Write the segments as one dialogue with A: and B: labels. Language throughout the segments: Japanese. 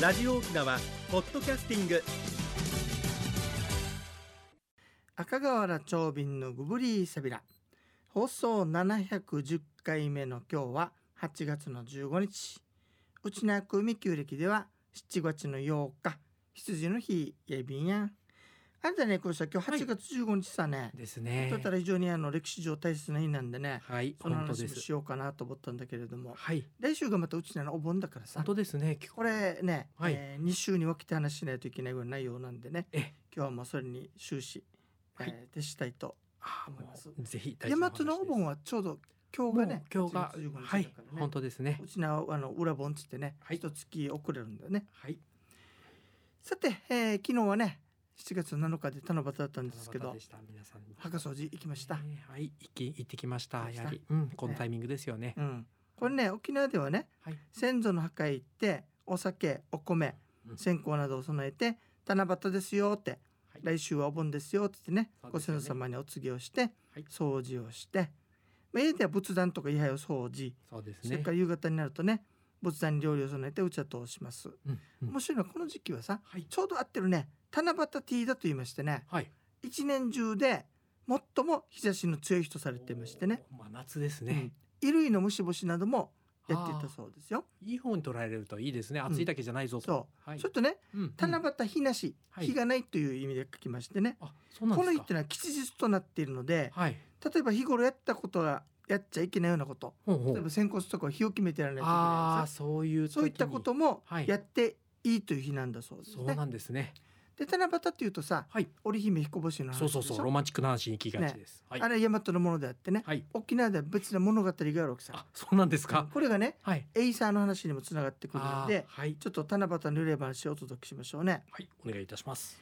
A: ラジオ沖縄ポッドキャスティング
B: 赤瓦長瓶のグブリーサビラ放送710回目の今日は8月の15日うちなくみ旧暦では7月の8日羊の日やいびんやんあれだねこうした今日
C: はい
B: 8月15日さね、
C: ですね
B: だったら非常にあの歴史上大切な日なんでね
C: はい
B: その
C: 本当
B: 話
C: で
B: も
C: す
B: しようかなと思ったんだけれども
C: はい
B: 来週がまたうちなのお盆だからさ
C: 本当ですね
B: これね、
C: はい
B: え2週に分けて話しないといけないような内容なんでね
C: え
B: 今日はもうそれに終始、えー
C: は
B: 徹したいと
C: ああ
B: 思い
C: も
B: ます
C: うぜひ
B: 大和のお盆
C: は
B: はちょうど今日
C: も
B: が
C: う
B: ね
C: 今日が
B: 8月15日だから
C: はい
B: ね
C: 本当ですね
B: うちのあの裏盆つってね
C: はい
B: 一、月遅れるんだよね
C: はい
B: さて、えー昨日はね7月7日で七夕だったんですけ
C: 七夕
B: ど
C: でした皆さんに
B: 墓掃除行きました、
C: ねはい行き行ってきました
B: 行ってきた
C: やはりうんこのタイミングですよね
B: うん、これね沖縄ではね
C: はい
B: 先祖の墓へ行ってお酒お米
C: うん
B: 線香などを供えて七夕ですよって
C: はい
B: 来週はお盆ですよって言ってね
C: そう
B: ご
C: ですよ
B: 先
C: ね
B: 祖様にお告げをして
C: はい
B: 掃除をして、まあ、家では仏壇とか位牌を掃除、
C: そうです
B: それ
C: ね
B: から夕方になるとね仏壇に料理を備えてお茶とします、
C: うんうん
B: 面白いのはこの時期はさ
C: はい
B: ちょうど合ってるね七夕ティーだと言いましてね
C: はい
B: 一年中で最も日差しの強い日とされてましてね
C: おー真夏ですね
B: うん衣類の虫干しなどもやっていた
C: あ
B: そうですよ、
C: ーいい方に捉えられるといいですね暑いだけじゃないぞと
B: そ
C: はいう
B: ちょっとね
C: うんうん
B: 七夕日なし、
C: はい
B: 日がないという意味で書きましてね、
C: あそうなん
B: こ
C: で
B: の日
C: す
B: っ
C: か
B: てのは吉日となっているので
C: はい
B: 例えば日頃やったことがやっちゃいけないようなこと
C: ほうほ
B: 例えば
C: う
B: 先骨とか日を決めてやらないといけ
C: あ
B: な
C: あ
B: いさ
C: そういう時に
B: そういったことも
C: はい
B: やっていいという日なんだそうです
C: そう
B: ね。
C: なんですね
B: で七夕っていうとさ
C: はい
B: 織姫彦星の話
C: そう
B: でし
C: そ
B: ょ
C: うそうロマンチックな話に行きがちですはい
B: あれは大和のものであってね
C: はい
B: 沖縄では別な物語があるわけさ
C: あそうなんですか
B: これがね
C: はい
B: エイサーの話にもつながってくるの
C: あー
B: で
C: はい
B: ちょっと七夕の例話をお届けしましょうね。
C: はいお願いいたします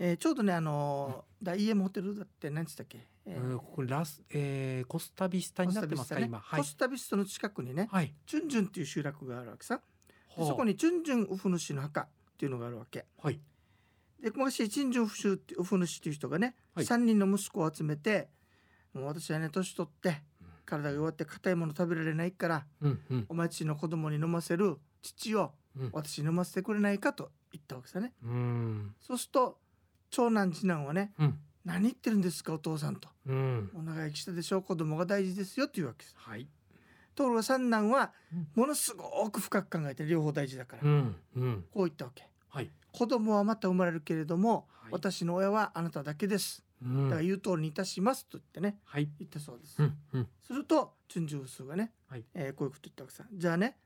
B: えーちょうどねあのー大 EM ホテルだって何つったっけ、えー
C: うんここラスえーコスタビスタになってますか
B: コスタビスタね
C: 今はい
B: コスタビストの近くにね
C: はい
B: チュンジュンっていう集落があるわけさで
C: はあ
B: そこにチュンジュンウフヌシの墓っていうのがあるわけ
C: はい
B: で昔チュンジュンウフシュってウフヌシっていう人がね、
C: はい
B: 3人の息子を集めてもう私はね年取って体が弱って硬いもの食べられないから
C: うんうん
B: お前ちの子供に飲ませる父を
C: うん
B: 私に飲ませてくれないかと言ったわけさね
C: うん
B: そうすると長男次男はね
C: うん
B: 何言ってるんですかお父さんと
C: うん
B: お長生きしたでしょう子供が大事ですよっていうわけです
C: はい
B: ところが三男は
C: うん
B: ものすごく深く考えて両方大事だから、
C: うんうん
B: こう言ったわけ
C: はい
B: 子供はまた生まれるけれども、
C: はい
B: 私の親はあなただけです
C: う
B: だ
C: ん
B: から言う通りにいたしますと言ってね
C: はい
B: 言ったそうです、
C: うんうん
B: するとチュンジュンスがね、
C: はい
B: えーこういうこと言ったわけさじゃあね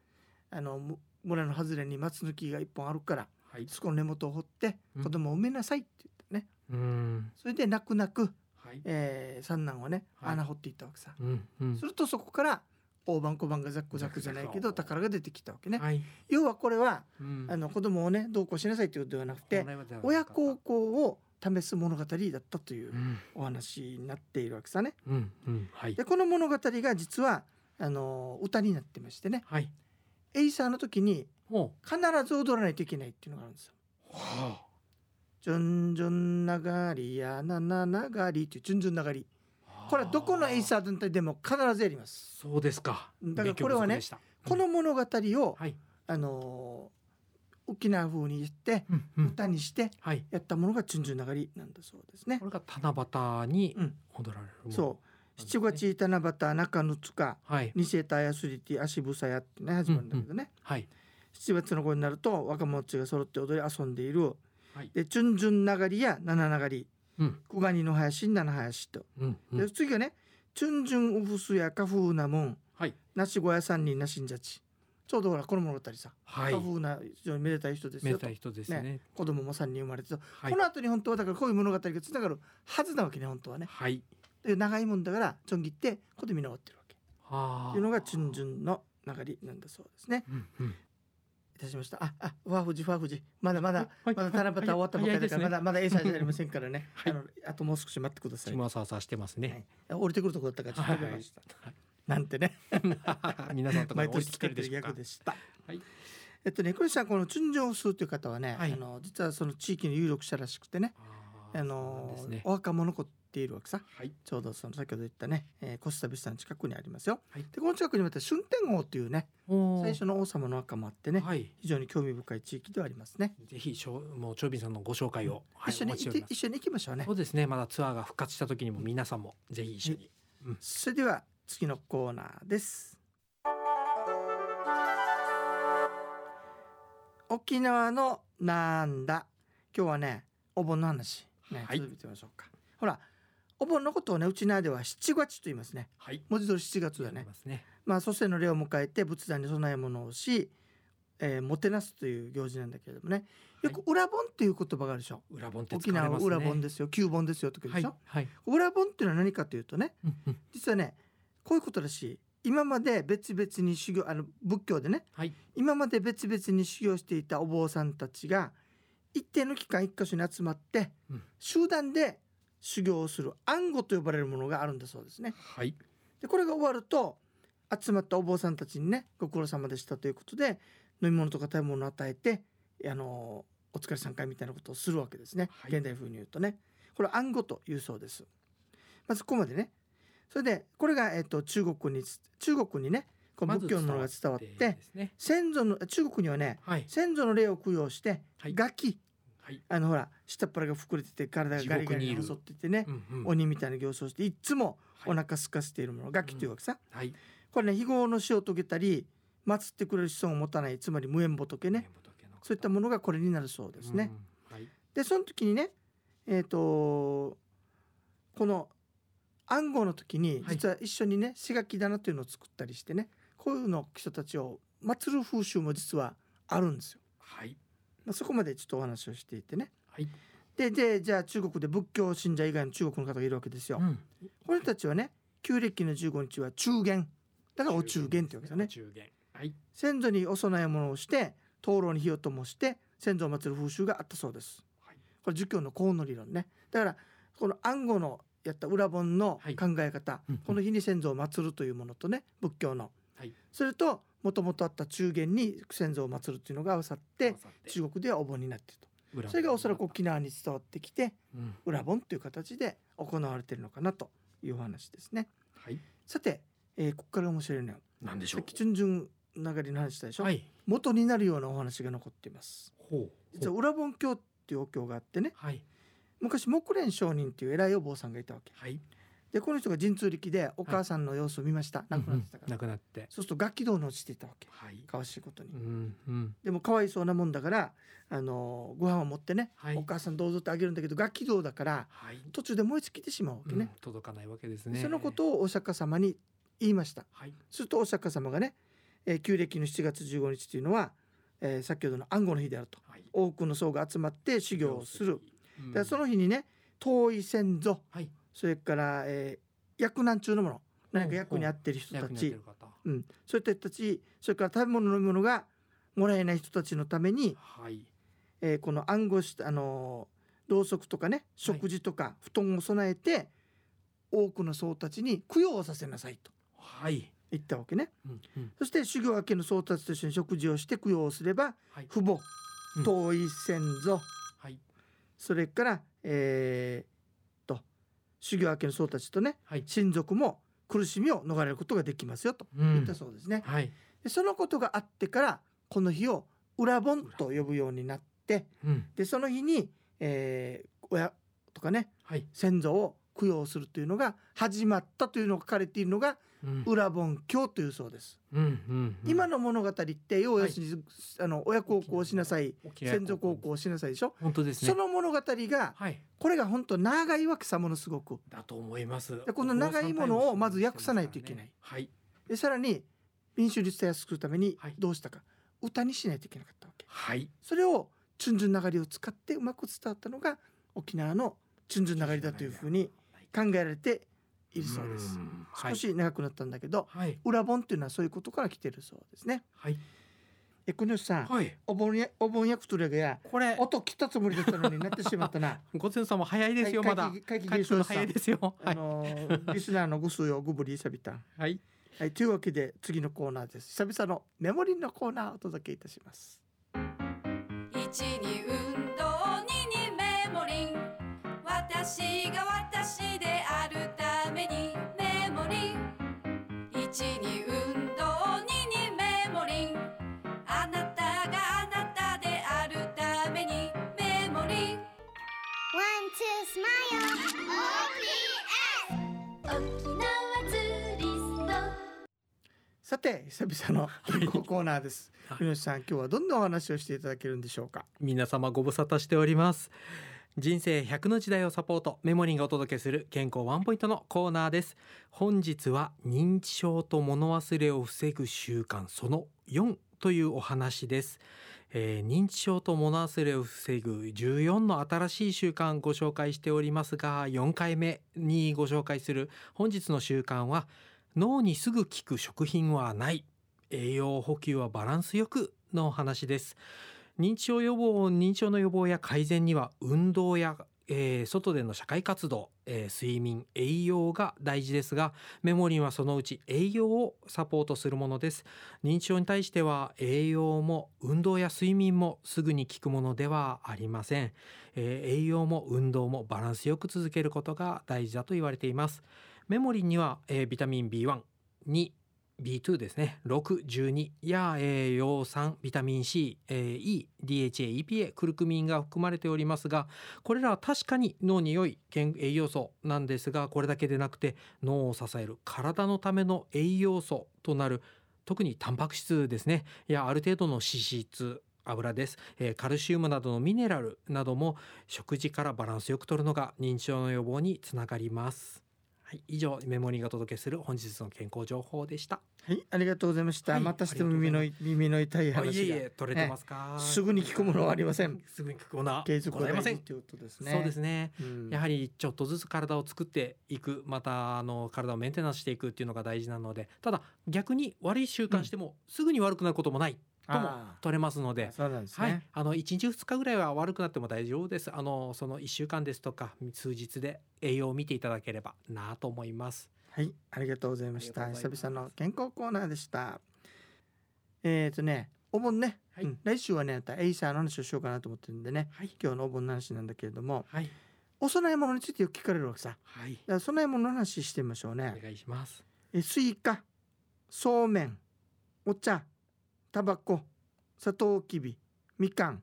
B: あのむ村の外れに松の木が一本あるから
C: はい
B: そこの根元を掘って
C: うん
B: 子供を産めなさいって言ってね
C: うん
B: それで泣く泣く、
C: はい
B: えー三男はね
C: はい
B: 穴掘っていったわけさ、
C: うんうん
B: するとそこから大判小判がザックザックじゃないけど
C: ザクザク
B: 宝が出てきたわけね、
C: はい
B: 要はこれは
C: うん
B: あの子供をねどうこうしなさいということではなくて
C: 本来はではなかった
B: 親孝行を試す物語だったという
C: うん
B: お話になっているわけさね。
C: うんうんはい
B: でこの物語が実はあの歌になってましてね
C: はい
B: エイサーの時に
C: ほう
B: 必ず踊らないといけないっていうのがあるんですよ。
C: は
B: ジュンジュンながりやななながりっていうジュンジュンながり
C: あ
B: これはどこのエイ
C: ー
B: サー団体でも必ずやります。
C: そうですか
B: だからこれはね
C: 勉強不足でした
B: この物語を
C: はい
B: あの沖縄風にして
C: うんうん
B: 歌にして
C: はい
B: やったものがチュンジュン流りなんだそうですね
C: こ。れが七夕に
B: うん、
C: 踊られるもの
B: そう七五七七夕中の塚
C: はい
B: 二世タイアスリティ足ぶさやってね始まるんだけどね、
C: はい
B: 七月の頃になると若者たちが揃って踊り遊んでいる、
C: はい
B: でチュンジュン流りや七流り
C: うん
B: 小ニの林七林と、
C: うんう
B: で
C: ん
B: 次はねチュンジュンウフスや花風なもん
C: はい
B: なし小屋三人なしんじゃちちょうどほらこの物語さ、
C: はい
B: 花風な非常にめでたい人です
C: めで
B: よ
C: た
B: と
C: い人ですね
B: 子供も三人生まれてと、
C: はい
B: この後に本当はだからこういう物語がつながるはずなわけね本当はね。
C: はい
B: で長いもんだからちょん切ってここで見直ってるわけ
C: は
B: というのがチュンジュンの流れなんだそうですね。
C: うんうん
B: いたしました。あ、あ、わふじわふじ、まだまだ、
C: はい
B: まだ七夕終わったばかり
C: 早い
B: だから、ま
C: ですね
B: だまだ A さんじゃありませんからね。
C: はい
B: あの、あともう少し待ってください。
C: チームワサワサしてますね
B: あ降りてくるとこだったから、ちょっと我慢した。 なんて ね、
C: はい皆さんとか
B: 毎
C: 降りてきて
B: 年作っ
C: る
B: て
C: で
B: る
C: しょうか
B: 逆でした。
C: はい
B: えっとね、これさん、このチュンジョンスーという方はね、
C: はい
B: あの、実はその地域の有力者らしくてね。
C: あー
B: あ
C: そうなん
B: の
C: ですね
B: お墓も残っているわけさ
C: はい。
B: ちょうどその先ほど言ったね、えーコスタビスタの近くにありますよ、
C: はい
B: でこの近くにまた春天王っていうね
C: おー
B: 最初の王様の墓もあってね、
C: はい。
B: 非常に興味深い地域ではありますね、
C: ぜひしょもう長斌さんのご紹介を、はい、
B: 一緒に
C: お待ちしお
B: 行ってて
C: ります
B: 一緒に行きましょうね
C: そうですね。まだツアーが復活した時にも皆さんもぜひ一緒に。
B: それでは次のコーナーです沖縄のなんだ今日はねお盆の話ね、
C: はい
B: 続けてみましょうかほらお盆のことをねうちなでは七月と言いますね
C: はい。
B: 文字通り7月だ
C: あり
B: ね
C: ますね。
B: まあ祖先の霊を迎えて仏壇に供え物をし、えーもてなすという行事なんだけれどもねよく裏盆っていう言葉があるでしょ、
C: 裏本って使
B: 沖
C: われ
B: 縄
C: ま
B: は
C: すね。
B: 裏盆ですよ旧盆ですよとか言う
C: は
B: で
C: い
B: しょ、
C: はい。
B: 裏盆っていうのは何かというとね
C: うんうん
B: 実はねこういうことらしい今まで別々に修行あの仏教でね
C: はい。
B: 今まで別々に修行していたお坊さんたちが一定の期間一箇所に集まって、
C: うん
B: 集団で修行をする暗号と呼ばれるものがあるんだそうですね。
C: はい。
B: でこれが終わると集まったお坊さんたちにねご苦労様でしたということで飲み物とか食べ物を与えてあのお疲れさん会みたいなことをするわけですね、
C: はい
B: 現代風に言うとねこれ暗号というそうですまずここまでねそれでこれが、えっと中国につ中国にねこう
C: まず
B: 仏教のものが伝わって,、
C: ですね。
B: 先祖の中国にはね
C: はい。
B: 先祖の霊を供養して、
C: はい
B: ガキ
C: はい。
B: あのほら下っ腹が膨れてて体がガリガリ
C: 地獄にい
B: に
C: る
B: 襲っててね、
C: うんうん。
B: 鬼みたいな形相をしていっつもお
C: はい
B: 腹空かせているもの、ガキというわけさ、
C: はい。
B: これね非業の死を遂げたり祀ってくれる子孫を持たないつまり無縁仏ね
C: 仏の方
B: そういったものがこれになるそうですね。。
C: うんはい。
B: でその時にねえっ、とこの暗号の時に
C: はい
B: 実は一緒にね志垣棚というのを作ったりしてねこういうの人たちを祀る風習も実はあるんですよ。
C: はい。
B: まあ、そこまでちょっとお話をしていてね。
C: はい。
B: ででじゃあ中国で仏教信者以外の中国の方がいるわけですよ。
C: うん
B: この人たちはね旧暦の15日は中元だからお中元というわけですよね
C: お。中元。はい。
B: 先祖にお供え物をして灯籠に火を灯して先祖を祀る風習があったそうです、
C: はい
B: これ儒教の幸運の理論ねだからこの暗号のやった裏本の
C: はい
B: 考え方、
C: うんうん
B: この日に先祖を祀るというものとね仏教の、
C: はい
B: それともともとあった中元に先祖を祀るというのが合わさって
C: 合わさって
B: 中国ではお盆になっている
C: 裏
B: と
C: 本
B: それがおそらく沖縄に伝わってきて
C: うん
B: 裏本という形で行われているのかなというお話ですね
C: はい。
B: さて、えーここから面白いのよ
C: なんでし
B: さ
C: ょ
B: っき順々流れの話したでし
C: う。
B: ょ、
C: はい。
B: 元になるようなお話が残っています
C: ほう。
B: 実は裏本教っていうお経があってね
C: はい。
B: 昔木蓮上人っていう偉いお坊さんがいたわけ
C: はい。
B: でこの人が神通力でお母さんの様子を見ました、亡くなってたから、
C: なくなって。
B: そうすると楽器道に落ちていたわけ
C: はい。
B: かわしいことに、
C: うんうん。
B: でもかわいそうなもんだからあのーご飯を持ってね、
C: はい
B: お母さんどうぞってあげるんだけど楽器道だから
C: はい。
B: 途中で燃え尽きてしまうわけ
C: うん
B: ね、
C: 届かないわけですね。
B: そのことをお釈迦様に言いました
C: はい。
B: するとお釈迦様がね、えー旧暦の7月15日というのは、えー先ほどの暗号の日であると
C: はい。
B: 多くの僧が集まって修行をする。
C: うん
B: でその日にね遠い先祖
C: はい。
B: それから、えー役難中のもの何か役に合ってる人
C: 役
B: た
C: に立って
B: ち
C: る、方。
B: うん、そういった人たちそれから食べ物飲み物がもらえない人たちのために、
C: はい。
B: えーこの暗号した、あのーろうそくとかね食事とか布団を備えて、多くの僧たちに供養をさせなさいと
C: はい。
B: 言ったわけね
C: うんうん。
B: そして修行明けの僧たちと一緒に食事をして供養をすれば
C: はい。
B: 父母
C: うん
B: 遠い先祖、
C: はい。
B: それから、えーっと修行明けの僧たちとね
C: はい。
B: 親族も苦しみを逃れることができますよと
C: う
B: 言っ
C: ん
B: たそうですね、
C: はい。
B: でそのことがあってからこの日を裏盆と呼ぶようになって
C: うん。
B: でその日に、えー親とかね
C: はい。
B: 先祖を供養するというのが始まったというのが書かれているのが
C: うん。
B: 裏盆教というそうです、
C: うんうん。うん
B: 今。の物語って要は要するに、あの親孝行をしなさい
C: 沖縄
B: 先祖孝行をしなさいでしょ
C: 本当ですね。
B: その物語が
C: はい。
B: これが本当長いわけさものすごく
C: だと思います。
B: でこの長いものをまず訳さないといけない。
C: はい。
B: でさらに民衆立体を作るために
C: はい
B: どうしたか、歌にしないといけなかったわけ
C: はい。
B: それをチュンジュン流れを使ってうまく伝わったのが沖縄のチュンジュン流れだというふうに考えられているそうです
C: ん。はい
B: 少。し長くなったんだけど、
C: はい。
B: 裏本っていうのはそういうことから来てるそうですね
C: はい。
B: えこのさん、
C: はい。
B: お盆やお盆役取り上げや
C: これ。
B: 音切ったつもりだったのになってしまったな
C: ご先祖も早いですよ。
B: はい
C: まだ。
B: 会議会議
C: 回
B: 現象
C: 復
B: さ
C: 早いですよ。は
B: あ
C: い。
B: のーリスナーのご数をグブリーサビタン
C: はい。
B: はい、というわけで次のコーナーです久々のメモリーのコーナーをお届けいたします
D: 1に運動2にメモリン私私が私であるためにメモリー1に運動2にメモリーあなたがあなたであるためにメモリー
E: One, two, smile.
D: 沖縄ツ
E: OPS.
D: ーリスト
B: さて久々の健康コーナーです。
C: はい
B: みのしさん今日はどんなお話をしていただけるんでしょうか。
C: 皆様ご無沙汰しております人生100の時代をサポートメモリーがお届けする健康ワンポイントのコーナーです本日は認知症と物忘れを防ぐ習慣その4というお話です、えー認知症と物忘れを防ぐ14の新しい習慣ご紹介しておりますが4回目にご紹介する本日の習慣は脳にすぐ効く食品はない栄養補給はバランスよくのお話です認知症予防認知症の予防や改善には運動や、えー外での社会活動、えー睡眠栄養が大事ですがメモリンはそのうち栄養をサポートするものです認知症に対しては栄養も運動や睡眠もすぐに効くものではありません、えー栄養も運動もバランスよく続けることが大事だと言われていますメモリンには、えービタミン B1 2 B2 ですね612や、えー、葉酸ビタミン C、えー E、DHA、EPA クルクミンが含まれておりますがこれらは確かに脳に良い健栄養素なんですがこれだけでなくて脳を支える体のための栄養素となる特にタンパク質ですねやある程度の脂質油です、えーカルシウムなどのミネラルなども食事からバランスよく摂るのが認知症の予防につながります。はい、以上メモリーがお届けする本日の健康情報でした。
B: はいありがとうございました。
C: はい
B: またしても耳の
C: あ
B: 耳の痛い
C: あ
B: 話が
C: いえいえ取れてますか、
B: すぐに聞くものはありません。
C: すぐに聞くものは
B: 継続
C: ご
B: が
C: ざいま
B: 大
C: せん
B: 事ということですね。
C: そうですね
B: うん
C: やはりちょっとずつ体を作っていくまたあの体をメンテナンスしていくっていうのが大事なのでただ逆に悪い習慣してもすぐに悪くなることもないとも
B: あ
C: 取れますの
B: ー
C: で。
B: そうなんです
C: はい
B: ね。、
C: あの1日2日ぐらいは悪くなっても大丈夫ですあのその1週間ですとか数日で栄養を見ていただければなと思います
B: はい、ありがとうございました。
C: ありがとうございます
B: 久々の健康コーナーでした。えっ、とね、お盆ね、
C: はい
B: うん来週はね、またエイサーの話をしようかなと思ってるんでね、
C: はい
B: 今日のお盆の話なんだけれども、
C: はい
B: お供え物についてよく聞かれるわけさ。だか
C: はい
B: ら供え物の話してみましょう
C: お
B: ね。
C: 願いします
B: えスイカ、そうめん、お茶、タバコ、サトウキビ、みかん、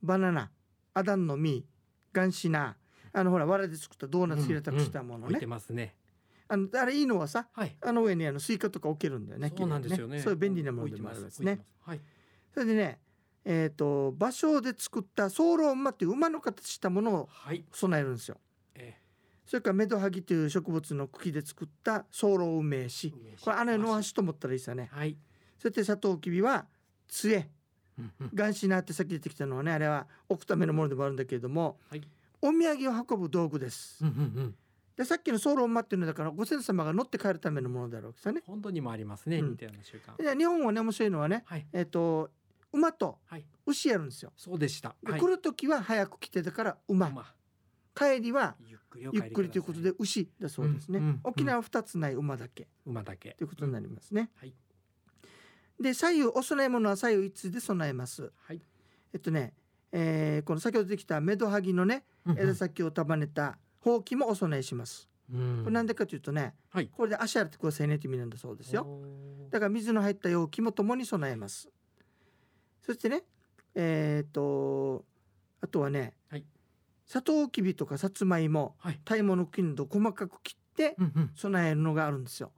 B: バナナ、アダンの実、ガンシナ、あのほら、わらで作ったドーナツ平たくしたもの
C: 置い
B: ね
C: て。ますね
B: あのあれいいのはさ、
C: はい
B: あの上にあのスイカとか置けるんだよね。
C: そうなんですよね
B: そういう便利なものでもあ
C: 置いてま
B: るんですすね。
C: 置いてますはい
B: それでね、えっ、と馬匠で作ったソーロ馬っていう馬の形したものを
C: はい、
B: 備えるんですよ。
C: え
B: それからメドハギという植物の茎で作ったソーロ梅
C: ー
B: 酒。
C: 梅酒
B: これあれの足と思ったらいいですよね。
C: はい、
B: そしてサトウキビは杖、ガンシナってさっき出てきたのはね、あれは置くためのものでもあるんだけれども、
C: はい
B: お土産を運ぶ道具です。でさっきのソーロ馬っていうのはだからご先祖様が乗って帰るためのものであるわけですよね。
C: 本当にもありますね、
B: うん
C: 似たような習慣
B: で日本はね面白いのはね、
C: はい
B: えっ、と馬と
C: はい
B: 牛やるんですよ。
C: そうでした
B: で
C: はい
B: 来る時は早く来てだから馬、
C: まあ
B: 帰りは
C: ゆっくりお帰
B: ゆ
C: り
B: っくりということ
C: く
B: で
C: ださ
B: 牛だそうですね。
C: うんうん
B: 沖縄は2つない馬だけ
C: い馬だけ
B: ということになりますね。
C: はい
B: で左右お供え物は左右一通で備えます。
C: はい
B: えっとね、えーこの先ほどできたメドハギのね枝先を束ねたほうきもお供えします。
C: うん
B: これなんでかというとね、
C: はい
B: これで足洗ってくださいねという意味なんだそうですよ。
C: おー
B: だから水の入った容器もともに備えます。そしてね、えっ、と、あとはね、
C: はい
B: サトウキビとかさつまいも、
C: はい
B: タイモの茎など細かく切って
C: うん
B: 備えるのがあるんです
C: う
B: よ。
C: ん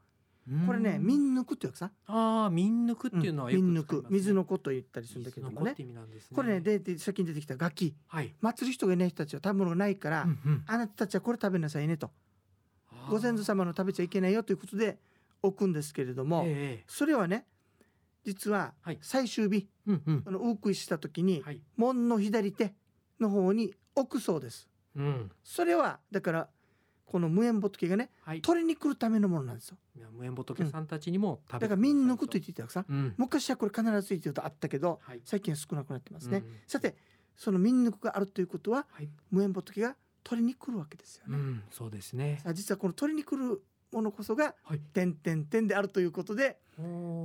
B: これね、
C: うん
B: 民抜くってやつさ。
C: ああ民抜くっていうのはよく
B: 民
C: 使い
B: 抜
C: ますね
B: く、水のこと言ったりするんだ
C: 水
B: けど
C: の
B: も
C: 子っ
B: ね
C: て。意味なんですね
B: これね、で、で先に出てきたガキ、
C: はい
B: 祭る人がいない人たちは食べ物がないから、
C: うんうん
B: あなたたちはこれ食べなさいねと、
C: あー
B: ご先祖様の食べちゃいけないよということで置くんですけれども、
C: ええ
B: それはね、実は
C: はい
B: 最終日、
C: うんうん
B: あのお送りした時に、
C: はい
B: 門の左手の方に置くそうです
C: うん
B: それはだからこの無縁仏がね
C: はい
B: 取りに来るためのものなんですよ
C: いや無縁仏さんたちにも食
B: だ
C: べ
B: から民抜くと言っていたわけさ
C: うん
B: 昔はこれ必ず言ってるとあったけど
C: はい
B: 最近は少なくなってますね、
C: うん
B: さてその民抜くがあるということは
C: はい
B: 無縁仏が取りに来るわけですよ
C: う
B: ね、
C: んそうですね
B: さあ実はこの取りに来るものこそが
C: はい
B: 点点点であるということで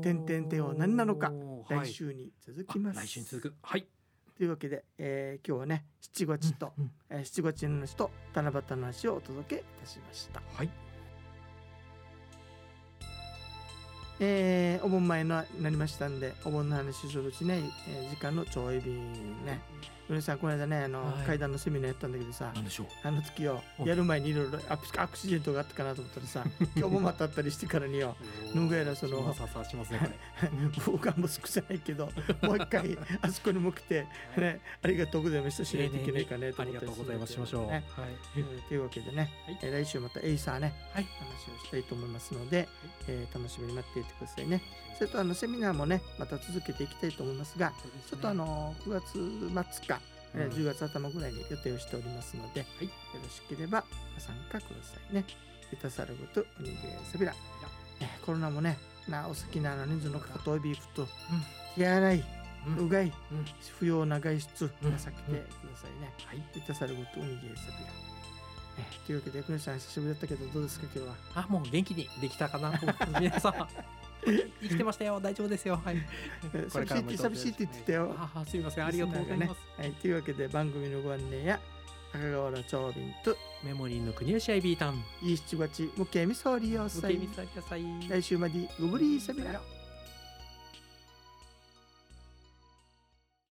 B: 点々点は何なのか
C: おーはい
B: 来週に続きます、
C: あ来週に続くはい
B: というわけで、えー今日はね七五七と、
C: うん
B: えー七五七の話と七夕の話をお届けいたしました。
C: はい
B: えーお盆前のなりましたんでお盆の話しようとしない、えー時間のちょい便ね。皆さんこの間ねあの、
C: はい
B: 階段のセミナーやったんだけどさ
C: なんでしょう
B: あの月よ
C: お
B: やる前にいろいろアクシアクシデントがあったかなと思った らさ今日もまたあったりしてからによぬぐやらその
C: ささしますねこ れ
B: 僕はもう少じゃないけどもう一回あそこに向けて、ね、ありがとうございましたしないといけないかねと
C: あり
B: 思っ
C: が
B: た
C: とうございますしまし
B: る
C: ょう、
B: んだけどね
C: はい
B: うんというわけでね、
C: はい
B: えー来週またエイサーね、
C: はい
B: 話をしたいと思いますので、えー楽しみに待っていてくださいねそれとあのセミナーもねまた続けていきたいと思いますがちょっとあの9月末
C: うん
B: か、えー10月頭ぐらいに予定をしておりますので、よろしければご参加くださいね。ゆたさるごとおにぎりやさびら、えーコロナもねなお好きなあの人数のことをビーフと、手洗い、
C: うん
B: うがい、
C: うん
B: 不要な外出、
C: うん
B: なさ避けてくださいね。
C: はい
B: ゆたさるごとおにぎりやさびら。えーというわけで、くねさん久しぶりだったけどどうですか今日は。
C: あもう元気にできたか なと思って皆さん生きてましたよ大丈夫ですよ はい
B: えー
C: これからも
B: 寂しいって寂しいって言ってたよ
C: ああすみませんありがとうございます、
B: はい、というわけで番組のご案内や赤川原長瓶と
C: メモリーの国吉アイビータウン
B: いい七八無形味噌を利用
C: 受
B: さ
C: け
B: い
C: 身されてください
B: 来週までごぶりーさびら。